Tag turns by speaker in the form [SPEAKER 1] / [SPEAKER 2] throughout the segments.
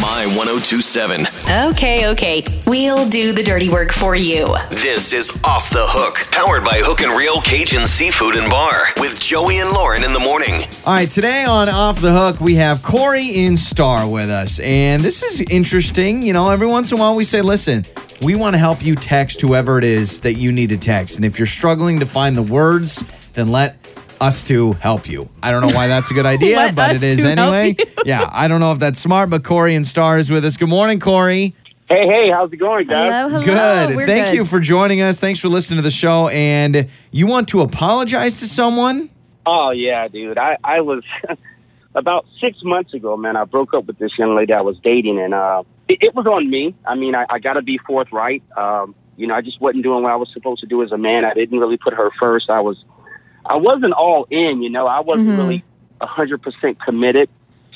[SPEAKER 1] My 1027.
[SPEAKER 2] Okay, okay. We'll do the dirty work for you.
[SPEAKER 3] Uh,
[SPEAKER 1] This is Off the Hook, powered by Hook and Reel Cajun Seafood and Bar with Joey and Lauren in the morning.
[SPEAKER 3] All right, today on Off the Hook, we have Corey in Star with us. And this is interesting. You know, every once in a while we say, listen, we want to help you text whoever it is that you need to text. And if you're struggling to find the words, then let us two help you. I don't know why that's a good idea,
[SPEAKER 4] Let
[SPEAKER 3] but
[SPEAKER 4] us
[SPEAKER 3] it is
[SPEAKER 4] two help
[SPEAKER 3] anyway.
[SPEAKER 4] you.
[SPEAKER 3] yeah, I don't know if that's smart, but Corey in Star is with us. Good morning, Corey.
[SPEAKER 5] Hey, hey, how's it going, guys?
[SPEAKER 4] Hello, hello.
[SPEAKER 3] Good.
[SPEAKER 4] We're
[SPEAKER 3] Thank
[SPEAKER 4] good.
[SPEAKER 3] you for joining us. Thanks for listening to the show. And you want to apologize to someone?
[SPEAKER 5] Oh yeah, dude. I I was about six months ago, man. I broke up with this young lady I was dating, and uh, it, it was on me. I mean, I, I got to be forthright. Um, you know, I just wasn't doing what I was supposed to do as a man. I didn't really put her first. I was, I wasn't all in. You know, I wasn't
[SPEAKER 4] Mhm.
[SPEAKER 5] really a hundred percent committed.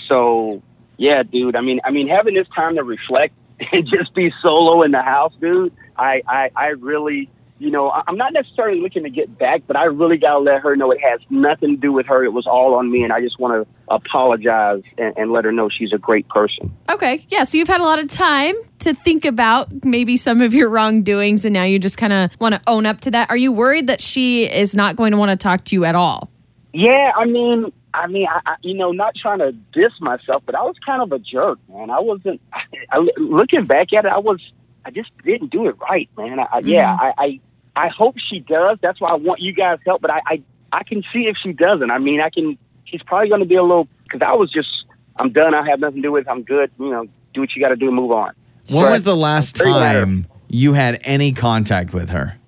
[SPEAKER 5] So yeah, dude. I mean, I mean, having this time to reflect and just be solo in the house, dude. I I, I really you know, I- I'm not necessarily looking to get back, but I really got to let her know it has nothing to do with her. It was all on me, and I just want to apologize and, and let her know she's a great person.
[SPEAKER 4] Okay. Yeah. So you've had a lot of time to think about maybe some of your wrongdoings, and now you just kind of want to own up to that. Are you worried that she is not going to want to talk to you at all?
[SPEAKER 5] Yeah, I mean, I mean, I, I, you know, not trying to diss myself, but I was kind of a jerk, man. I wasn't. I, looking back at it, I was. I just didn't do it right, man. I, I Yeah, I, I I hope she does. That's why I want you guys' help. But I I, I can see if she doesn't. I mean, I can. She's probably going to be a little because I was just. I'm done. I have nothing to do with. it. I'm good. You know, do what you got to do. Move on.
[SPEAKER 3] When
[SPEAKER 5] Sure.
[SPEAKER 3] was the last
[SPEAKER 5] Very rare.
[SPEAKER 3] time you had any contact with her?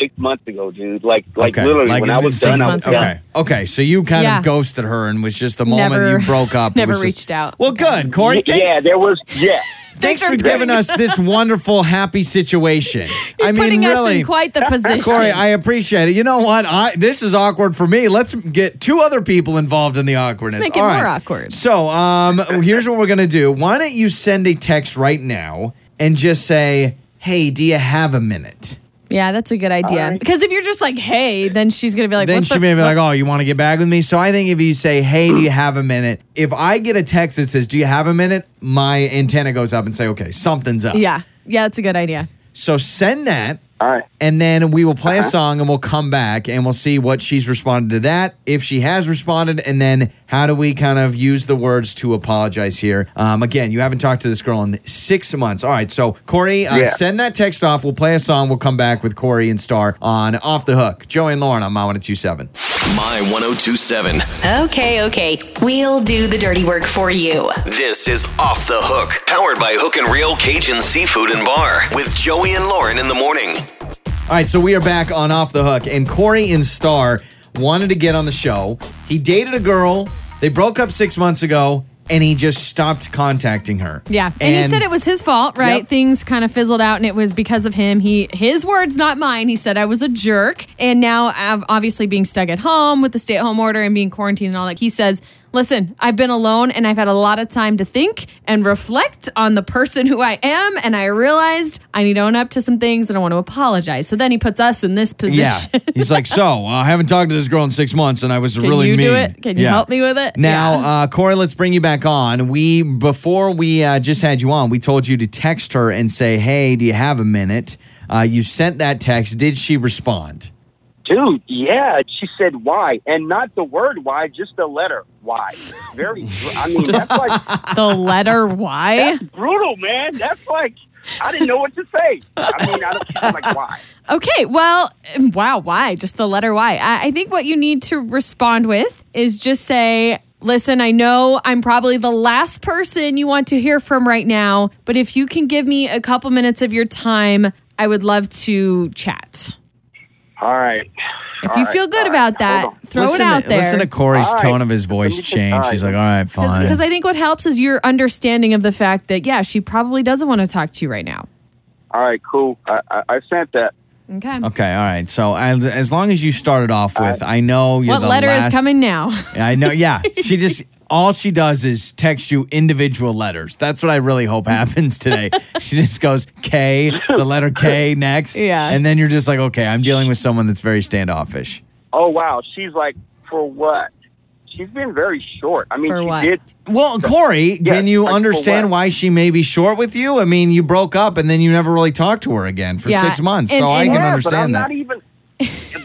[SPEAKER 5] Six months ago, dude. Like like literally when I
[SPEAKER 3] in
[SPEAKER 5] was
[SPEAKER 3] six
[SPEAKER 5] done. I was
[SPEAKER 3] months
[SPEAKER 5] done.
[SPEAKER 3] ago. Okay. Okay. So you kind
[SPEAKER 4] Yeah.
[SPEAKER 3] of ghosted her and was just the moment
[SPEAKER 4] Never-
[SPEAKER 3] you broke up. it
[SPEAKER 4] never
[SPEAKER 3] was just-
[SPEAKER 4] reached out.
[SPEAKER 3] Well, good, Corey. Thanks,
[SPEAKER 5] Yeah, there was. Yeah.
[SPEAKER 3] thanks for
[SPEAKER 4] for
[SPEAKER 3] giving us this wonderful, happy situation. I mean,
[SPEAKER 4] Putting us
[SPEAKER 3] really.
[SPEAKER 4] in quite the position.
[SPEAKER 3] Corey, I appreciate it. You know what? I this is awkward for me. Let's get two other people involved in the awkwardness.
[SPEAKER 4] make it
[SPEAKER 3] All
[SPEAKER 4] more
[SPEAKER 3] right.
[SPEAKER 4] awkward.
[SPEAKER 3] So, um, here's what we're gonna do. Why don't you send a text right now and just say, "Hey, do you have a minute?"
[SPEAKER 4] yeah, that's a good idea. Because if you're just like, hey, then she's going to be like,
[SPEAKER 3] then
[SPEAKER 4] what
[SPEAKER 3] she
[SPEAKER 4] the
[SPEAKER 3] may be like, "Oh, you want to get back with me?" So I think if you say, "Hey, do you have a minute?" If I get a text that says, "Do you have a minute?" my antenna goes up and say, "Okay, something's up."
[SPEAKER 4] Yeah. Yeah, that's a good idea.
[SPEAKER 3] So send that,
[SPEAKER 5] All right. Uh-huh.
[SPEAKER 3] and then we will play a song, and we'll come back, and we'll see what she's responded to that, if she has responded, and then how do we kind of use the words to apologize here? Um, again, you haven't talked to this girl in six months. All right, so Corey, uh,
[SPEAKER 5] Yeah.
[SPEAKER 3] send that text off. We'll play a song. We'll come back with Corey and Star on Off the Hook. Joey and Lauren on My 1027.
[SPEAKER 1] My 1027.
[SPEAKER 2] Okay, okay. We'll do the dirty work for you.
[SPEAKER 1] This is Off the Hook, powered by Hook and Reel Cajun Seafood and Bar with Joey and Lauren in the morning.
[SPEAKER 3] All right, so we are back on Off the Hook, and Corey and Star wanted to get on the show. He dated a girl, they broke up six months ago, and he just stopped contacting her.
[SPEAKER 4] Yeah. And, he said it was his fault, right?
[SPEAKER 3] Yep.
[SPEAKER 4] Things kind of fizzled out and it was because of him. He his words, not mine. He said I was a jerk. And now av- obviously being stuck at home with the stay-at-home order and being quarantined and all that. He says, "Listen, I've been alone and I've had a lot of time to think and reflect on the person who I am and I realized I need to own up to some things and I want to apologize." So then he puts us in this
[SPEAKER 3] Yeah.
[SPEAKER 4] position.
[SPEAKER 3] He's like, so uh, I haven't talked to this girl in six months, and I was
[SPEAKER 4] Can
[SPEAKER 3] really
[SPEAKER 4] you
[SPEAKER 3] mean.
[SPEAKER 4] do it? Can you
[SPEAKER 3] Yeah.
[SPEAKER 4] help me with it?
[SPEAKER 3] Now,
[SPEAKER 4] Yeah.
[SPEAKER 3] uh, Corey, let's bring you back on. We before we uh, just had you on, we told you to text her and say, "Hey, do you have a minute?" Uh, you sent that text. Did she respond?
[SPEAKER 5] Dude, yeah. She said why, and not the word why, just the letter why. Very. I mean, that's like
[SPEAKER 4] the letter Y.
[SPEAKER 5] brutal, man. That's like I didn't know what to say. I mean, I don't, she's like why.
[SPEAKER 4] Okay, well, wow, why? Just the letter Y. I, I think what you need to respond with is just say, listen, I know I'm probably the last person you want to hear from right now, but if you can give me a couple minutes of your time, I would love to chat.
[SPEAKER 5] All right.
[SPEAKER 4] If
[SPEAKER 5] All
[SPEAKER 4] you
[SPEAKER 5] right,
[SPEAKER 4] feel good
[SPEAKER 5] all right,
[SPEAKER 4] about that,
[SPEAKER 5] hold on.
[SPEAKER 4] throw
[SPEAKER 3] listen
[SPEAKER 4] it out
[SPEAKER 3] to,
[SPEAKER 4] there.
[SPEAKER 3] Listen to Corey's
[SPEAKER 5] All right.
[SPEAKER 3] tone of his voice
[SPEAKER 5] Let me just-
[SPEAKER 3] change.
[SPEAKER 5] all
[SPEAKER 3] He's like,
[SPEAKER 5] right.
[SPEAKER 3] "All right, fine."
[SPEAKER 4] because I think what helps is your understanding of the fact that, yeah, she probably doesn't want to talk to you right now.
[SPEAKER 5] All right, cool. I, I, I sent that.
[SPEAKER 4] Okay.
[SPEAKER 3] Okay, all right. So as, as long as you started off with,
[SPEAKER 5] Uh,
[SPEAKER 3] I know you're
[SPEAKER 4] What
[SPEAKER 3] the
[SPEAKER 4] letter
[SPEAKER 3] last-
[SPEAKER 4] is coming now?
[SPEAKER 3] I know. Yeah, she just all she does is text you individual letters. That's what I really hope happens today. she just goes K, the letter K next.
[SPEAKER 4] Yeah.
[SPEAKER 3] and then you're just like, okay, I'm dealing with someone that's very standoffish.
[SPEAKER 5] Oh wow, she's like for what? she's been very short. I mean,
[SPEAKER 4] For
[SPEAKER 5] she
[SPEAKER 4] what?
[SPEAKER 5] did.
[SPEAKER 3] Well, Corey, can you
[SPEAKER 5] like, for
[SPEAKER 3] understand
[SPEAKER 5] what?
[SPEAKER 3] why she may be short with you? I mean, you broke up and then you never really talked to her again for
[SPEAKER 4] Yeah,
[SPEAKER 3] six months,
[SPEAKER 4] and-
[SPEAKER 3] so I
[SPEAKER 4] and-
[SPEAKER 3] can
[SPEAKER 5] yeah, but I'm
[SPEAKER 3] understand that.
[SPEAKER 5] not even.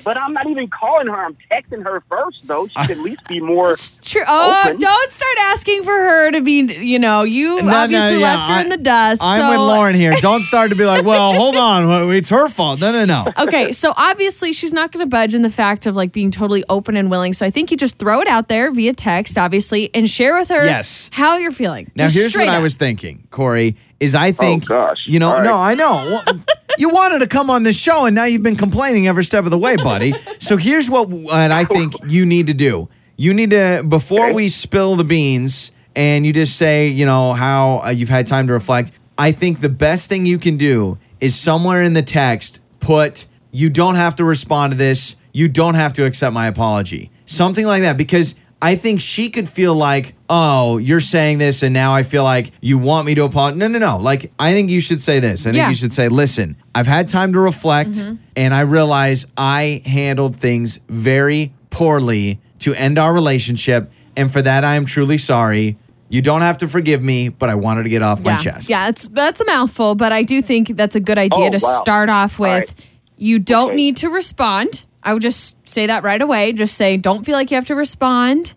[SPEAKER 5] but I'm not even calling her. I'm texting her first, though. She could at least be more.
[SPEAKER 4] True. Oh,
[SPEAKER 5] Open.
[SPEAKER 4] don't start asking for her to be. You know, you
[SPEAKER 3] No, no,
[SPEAKER 4] obviously
[SPEAKER 3] yeah,
[SPEAKER 4] left her
[SPEAKER 3] I-
[SPEAKER 4] in the dust.
[SPEAKER 3] I'm
[SPEAKER 4] so-
[SPEAKER 3] with Lauren here. Don't start to be like, well, hold on, it's her fault. No, no, no.
[SPEAKER 4] Okay, so obviously she's not going to budge in the fact of like being totally open and willing. So I think you just throw it out there via text, obviously, and share with her
[SPEAKER 3] Yes.
[SPEAKER 4] how you're feeling.
[SPEAKER 3] Now
[SPEAKER 4] Just
[SPEAKER 3] here's what
[SPEAKER 4] straight
[SPEAKER 3] I
[SPEAKER 4] up.
[SPEAKER 3] was thinking, Corey. Is I think
[SPEAKER 5] Oh, gosh.
[SPEAKER 3] you know?
[SPEAKER 5] All right.
[SPEAKER 3] No, I know. Well, you wanted to come on this show, and now you've been complaining every step of the way, buddy. so here's what what I think you need to do. You need to before we spill the beans, and you just say, you know, how uh, you've had time to reflect. I think the best thing you can do is somewhere in the text put, "You don't have to respond to this. You don't have to accept my apology." Something like that, because I think she could feel like, oh, you're saying this, and now I feel like you want me to apologize. No, no, no. Like, I think you should say this. I think
[SPEAKER 4] Yeah. Mm-hmm.
[SPEAKER 3] you should say, listen, I've had time to reflect, and I realize I handled things very poorly to end our relationship. And for that, I am truly sorry. You don't have to forgive me, but I wanted to get off my
[SPEAKER 4] yeah.
[SPEAKER 3] chest.
[SPEAKER 4] Yeah, it's that's a mouthful, but I do think that's a good idea
[SPEAKER 5] Oh,
[SPEAKER 4] to
[SPEAKER 5] wow.
[SPEAKER 4] start off with.
[SPEAKER 5] All right.
[SPEAKER 4] You don't
[SPEAKER 5] Okay.
[SPEAKER 4] need to respond. I would just say that right away. Just say, don't feel like you have to respond,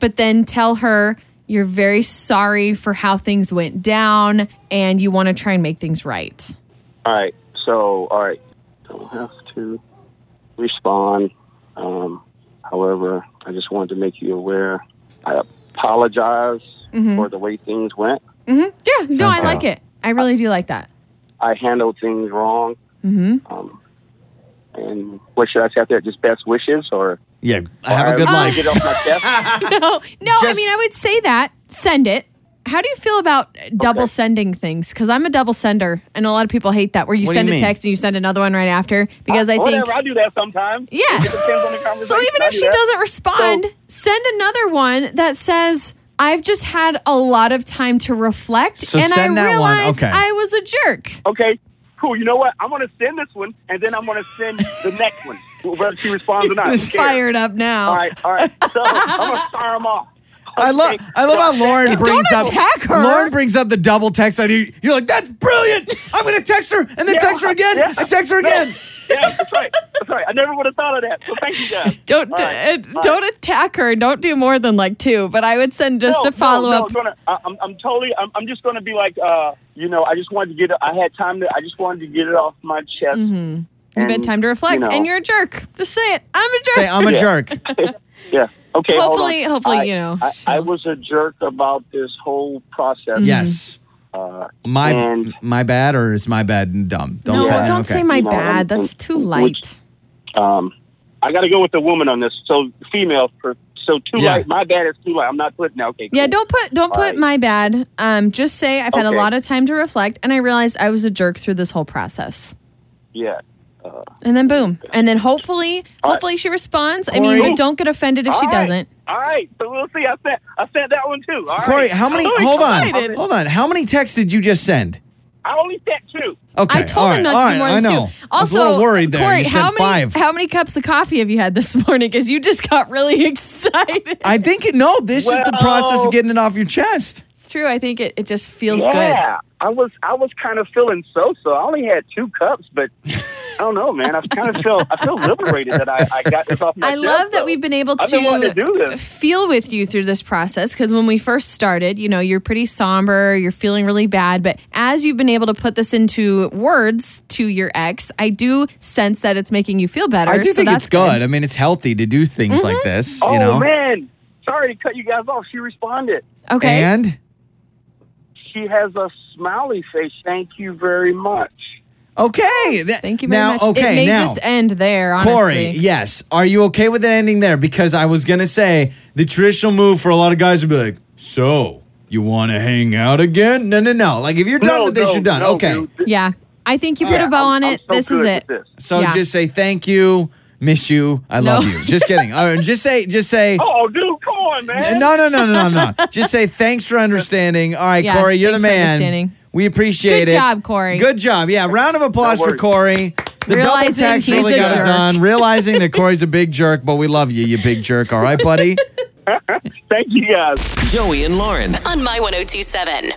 [SPEAKER 4] but then tell her you're very sorry for how things went down and you want to try and make things right.
[SPEAKER 5] All right. So, all right. Don't have to respond. Um, however, I just wanted to make you aware. I apologize
[SPEAKER 4] Mm-hmm.
[SPEAKER 5] for the way things went.
[SPEAKER 4] Yeah, no,
[SPEAKER 3] Sounds
[SPEAKER 4] I like
[SPEAKER 3] good.
[SPEAKER 4] it. I really do like that.
[SPEAKER 5] I handled things wrong.
[SPEAKER 4] Mm-hmm.
[SPEAKER 5] Um, and what should I say after that? Just best wishes or
[SPEAKER 3] Yeah. Have a good
[SPEAKER 5] I wanna
[SPEAKER 3] life.
[SPEAKER 5] Get off my chest.
[SPEAKER 4] No, Oh, no, I
[SPEAKER 3] Just-
[SPEAKER 4] mean, I would say that. Send it. How do you feel about double
[SPEAKER 5] Okay.
[SPEAKER 4] sending things? Because I'm a double sender, and a lot of people hate that, where you
[SPEAKER 3] What do
[SPEAKER 4] send
[SPEAKER 3] you
[SPEAKER 4] a
[SPEAKER 3] mean?
[SPEAKER 4] text and you send another one right after. Because I
[SPEAKER 5] Uh, Whatever,
[SPEAKER 4] think,
[SPEAKER 5] I do that sometimes.
[SPEAKER 4] Yeah.
[SPEAKER 5] It depends on the conversation.
[SPEAKER 4] so even
[SPEAKER 5] I
[SPEAKER 4] if
[SPEAKER 5] do
[SPEAKER 4] she
[SPEAKER 5] that.
[SPEAKER 4] doesn't respond, send another one that says, "I've just had a lot of time to reflect,
[SPEAKER 3] So
[SPEAKER 4] and I
[SPEAKER 3] send that one,
[SPEAKER 4] realized
[SPEAKER 3] okay.
[SPEAKER 4] I was a jerk."
[SPEAKER 5] Okay, cool. You know what? I'm going to send this one, and then I'm going to send the next one, whether she responds or not. Who cares?
[SPEAKER 4] Fired up now.
[SPEAKER 5] All right, all right. So I'm going to fire them off.
[SPEAKER 3] I love
[SPEAKER 5] Okay.
[SPEAKER 3] I love how Lauren brings up
[SPEAKER 4] attack her.
[SPEAKER 3] Lauren brings up the double text idea. You're like, that's brilliant. I'm gonna text her and then
[SPEAKER 5] Yeah,
[SPEAKER 3] text her again
[SPEAKER 5] yeah.
[SPEAKER 3] and text her
[SPEAKER 5] No.
[SPEAKER 3] again.
[SPEAKER 5] Yeah, that's right. That's right. I never would have thought of that. So thank you guys.
[SPEAKER 4] Don't
[SPEAKER 5] All right,
[SPEAKER 4] uh,
[SPEAKER 5] all right.
[SPEAKER 4] don't attack her. Don't do more than like two. But I would send just
[SPEAKER 5] no,
[SPEAKER 4] a follow
[SPEAKER 5] no, no,
[SPEAKER 4] up.
[SPEAKER 5] gonna- I, I'm, I'm totally. I'm, I'm just going to be like, uh, you know, I just wanted to get. it- I had time to. I just wanted to get it off my chest.
[SPEAKER 4] Mm-hmm. You've had
[SPEAKER 5] And,
[SPEAKER 4] time to reflect,
[SPEAKER 5] you know.
[SPEAKER 4] and you're a jerk. Just say it. I'm a jerk.
[SPEAKER 3] Say I'm a
[SPEAKER 5] Yeah.
[SPEAKER 3] jerk.
[SPEAKER 4] Mm-hmm.
[SPEAKER 5] Yeah. Okay. hold on.
[SPEAKER 4] Hopefully- hopefully,
[SPEAKER 5] I-
[SPEAKER 4] you know,
[SPEAKER 5] I, I
[SPEAKER 4] she'll-
[SPEAKER 5] was a jerk about this whole process.
[SPEAKER 3] Yes.
[SPEAKER 5] Uh,
[SPEAKER 3] My
[SPEAKER 5] And-
[SPEAKER 3] my bad or is my bad dumb? Don't
[SPEAKER 4] no,
[SPEAKER 3] say
[SPEAKER 4] don't
[SPEAKER 3] okay.
[SPEAKER 4] say my
[SPEAKER 5] No,
[SPEAKER 4] bad.
[SPEAKER 5] I'm-
[SPEAKER 4] That's too
[SPEAKER 5] which-
[SPEAKER 4] light.
[SPEAKER 5] um, I got to go with the woman on this. So female. per- So too
[SPEAKER 3] Yeah.
[SPEAKER 5] light. My bad is too light. I'm not putting. Okay.
[SPEAKER 4] Yeah,
[SPEAKER 5] cool.
[SPEAKER 4] don't put don't put
[SPEAKER 5] Alright.
[SPEAKER 4] my bad. Um, just say I've had a
[SPEAKER 5] Okay.
[SPEAKER 4] lot of time to reflect, and I realized I was a jerk through this whole process.
[SPEAKER 5] Yeah.
[SPEAKER 4] And then boom, and then hopefully, hopefully she responds. I mean,
[SPEAKER 3] Corey?
[SPEAKER 4] you don't get offended if she
[SPEAKER 5] All right.
[SPEAKER 4] doesn't.
[SPEAKER 5] All right. So we'll see. I sent. I sent that one too. All right.
[SPEAKER 3] Corey, how many
[SPEAKER 4] so
[SPEAKER 3] hold on.
[SPEAKER 4] excited.
[SPEAKER 3] Hold on. How many texts did you just send?
[SPEAKER 5] I only sent two.
[SPEAKER 3] Okay.
[SPEAKER 4] I told
[SPEAKER 3] all
[SPEAKER 4] him
[SPEAKER 3] right,
[SPEAKER 4] not
[SPEAKER 3] all
[SPEAKER 4] to
[SPEAKER 3] right,
[SPEAKER 4] do more
[SPEAKER 3] I
[SPEAKER 4] than
[SPEAKER 3] know.
[SPEAKER 4] two.
[SPEAKER 3] I was a
[SPEAKER 4] Also,
[SPEAKER 3] little worried there.
[SPEAKER 4] Corey,
[SPEAKER 3] you said
[SPEAKER 4] how many
[SPEAKER 3] five.
[SPEAKER 4] how many cups of coffee have you had this morning? Because you just got really excited.
[SPEAKER 3] I think it, no, this is the process
[SPEAKER 5] Well-
[SPEAKER 3] of getting it off your chest.
[SPEAKER 4] it's true. I think it, it just feels good.
[SPEAKER 5] yeah, I was I was kind of feeling so so. I only had two cups, but I don't know, man. I kind of feel I feel liberated that I, I got this off my.
[SPEAKER 4] I
[SPEAKER 5] chest,
[SPEAKER 4] love that
[SPEAKER 5] though.
[SPEAKER 4] we've been able
[SPEAKER 5] I've been wanting
[SPEAKER 4] to,
[SPEAKER 5] to do this.
[SPEAKER 4] feel with you through this process because when we first started, you know, you're pretty somber, you're feeling really bad. But as you've been able to put this into words to your ex, I do sense that it's making you feel better.
[SPEAKER 3] I do
[SPEAKER 4] so
[SPEAKER 3] think
[SPEAKER 4] that's Mm-hmm.
[SPEAKER 3] it's good. I mean, it's healthy to do things like this,
[SPEAKER 5] Oh
[SPEAKER 3] you know.
[SPEAKER 5] man, sorry to cut you guys off. She responded.
[SPEAKER 4] Okay.
[SPEAKER 3] And
[SPEAKER 5] She has a smiley face. Thank you very much.
[SPEAKER 3] okay, that-
[SPEAKER 4] Oh, Thank you very
[SPEAKER 3] now,
[SPEAKER 4] much.
[SPEAKER 3] Okay,
[SPEAKER 4] it may
[SPEAKER 3] now,
[SPEAKER 4] just end there, honestly.
[SPEAKER 3] Corey, yes. Are you okay with it ending there? Because I was gonna say the traditional move for a lot of guys would be like, "So you want to hang out again?" No, no, no. Like if you're done
[SPEAKER 5] no,
[SPEAKER 3] with this,
[SPEAKER 5] no,
[SPEAKER 3] you're done.
[SPEAKER 5] no,
[SPEAKER 3] okay.
[SPEAKER 5] dude. Th-
[SPEAKER 4] Yeah. I think you put
[SPEAKER 5] yeah,
[SPEAKER 4] a bow
[SPEAKER 5] I'm-
[SPEAKER 4] on
[SPEAKER 5] I'm
[SPEAKER 4] it.
[SPEAKER 5] so
[SPEAKER 4] this
[SPEAKER 5] good
[SPEAKER 4] is
[SPEAKER 5] with
[SPEAKER 4] it.
[SPEAKER 5] this.
[SPEAKER 3] So
[SPEAKER 4] Yeah.
[SPEAKER 3] just say thank you, miss you, I love
[SPEAKER 4] No.
[SPEAKER 3] you. Just kidding. All right, just say, just say.
[SPEAKER 5] Oh, dude, come on, man.
[SPEAKER 3] No, no, no, no, no, no. Just say thanks for understanding. All right,
[SPEAKER 4] Yeah,
[SPEAKER 3] Corey, you're the
[SPEAKER 4] thanks for
[SPEAKER 3] man.
[SPEAKER 4] understanding.
[SPEAKER 3] We appreciate
[SPEAKER 4] Good
[SPEAKER 3] it.
[SPEAKER 4] job, Corey.
[SPEAKER 3] Good job. Yeah, round of applause
[SPEAKER 5] No
[SPEAKER 3] for
[SPEAKER 5] worries.
[SPEAKER 3] Corey. The double
[SPEAKER 4] Realizing
[SPEAKER 3] text
[SPEAKER 4] he's
[SPEAKER 3] really
[SPEAKER 4] a
[SPEAKER 3] got it
[SPEAKER 4] jerk.
[SPEAKER 3] done. Realizing that Corey's a big jerk, but we love you, you big jerk. All right, buddy.
[SPEAKER 6] Thank you guys.
[SPEAKER 5] Joey and Lauren.
[SPEAKER 2] oh on My 1027.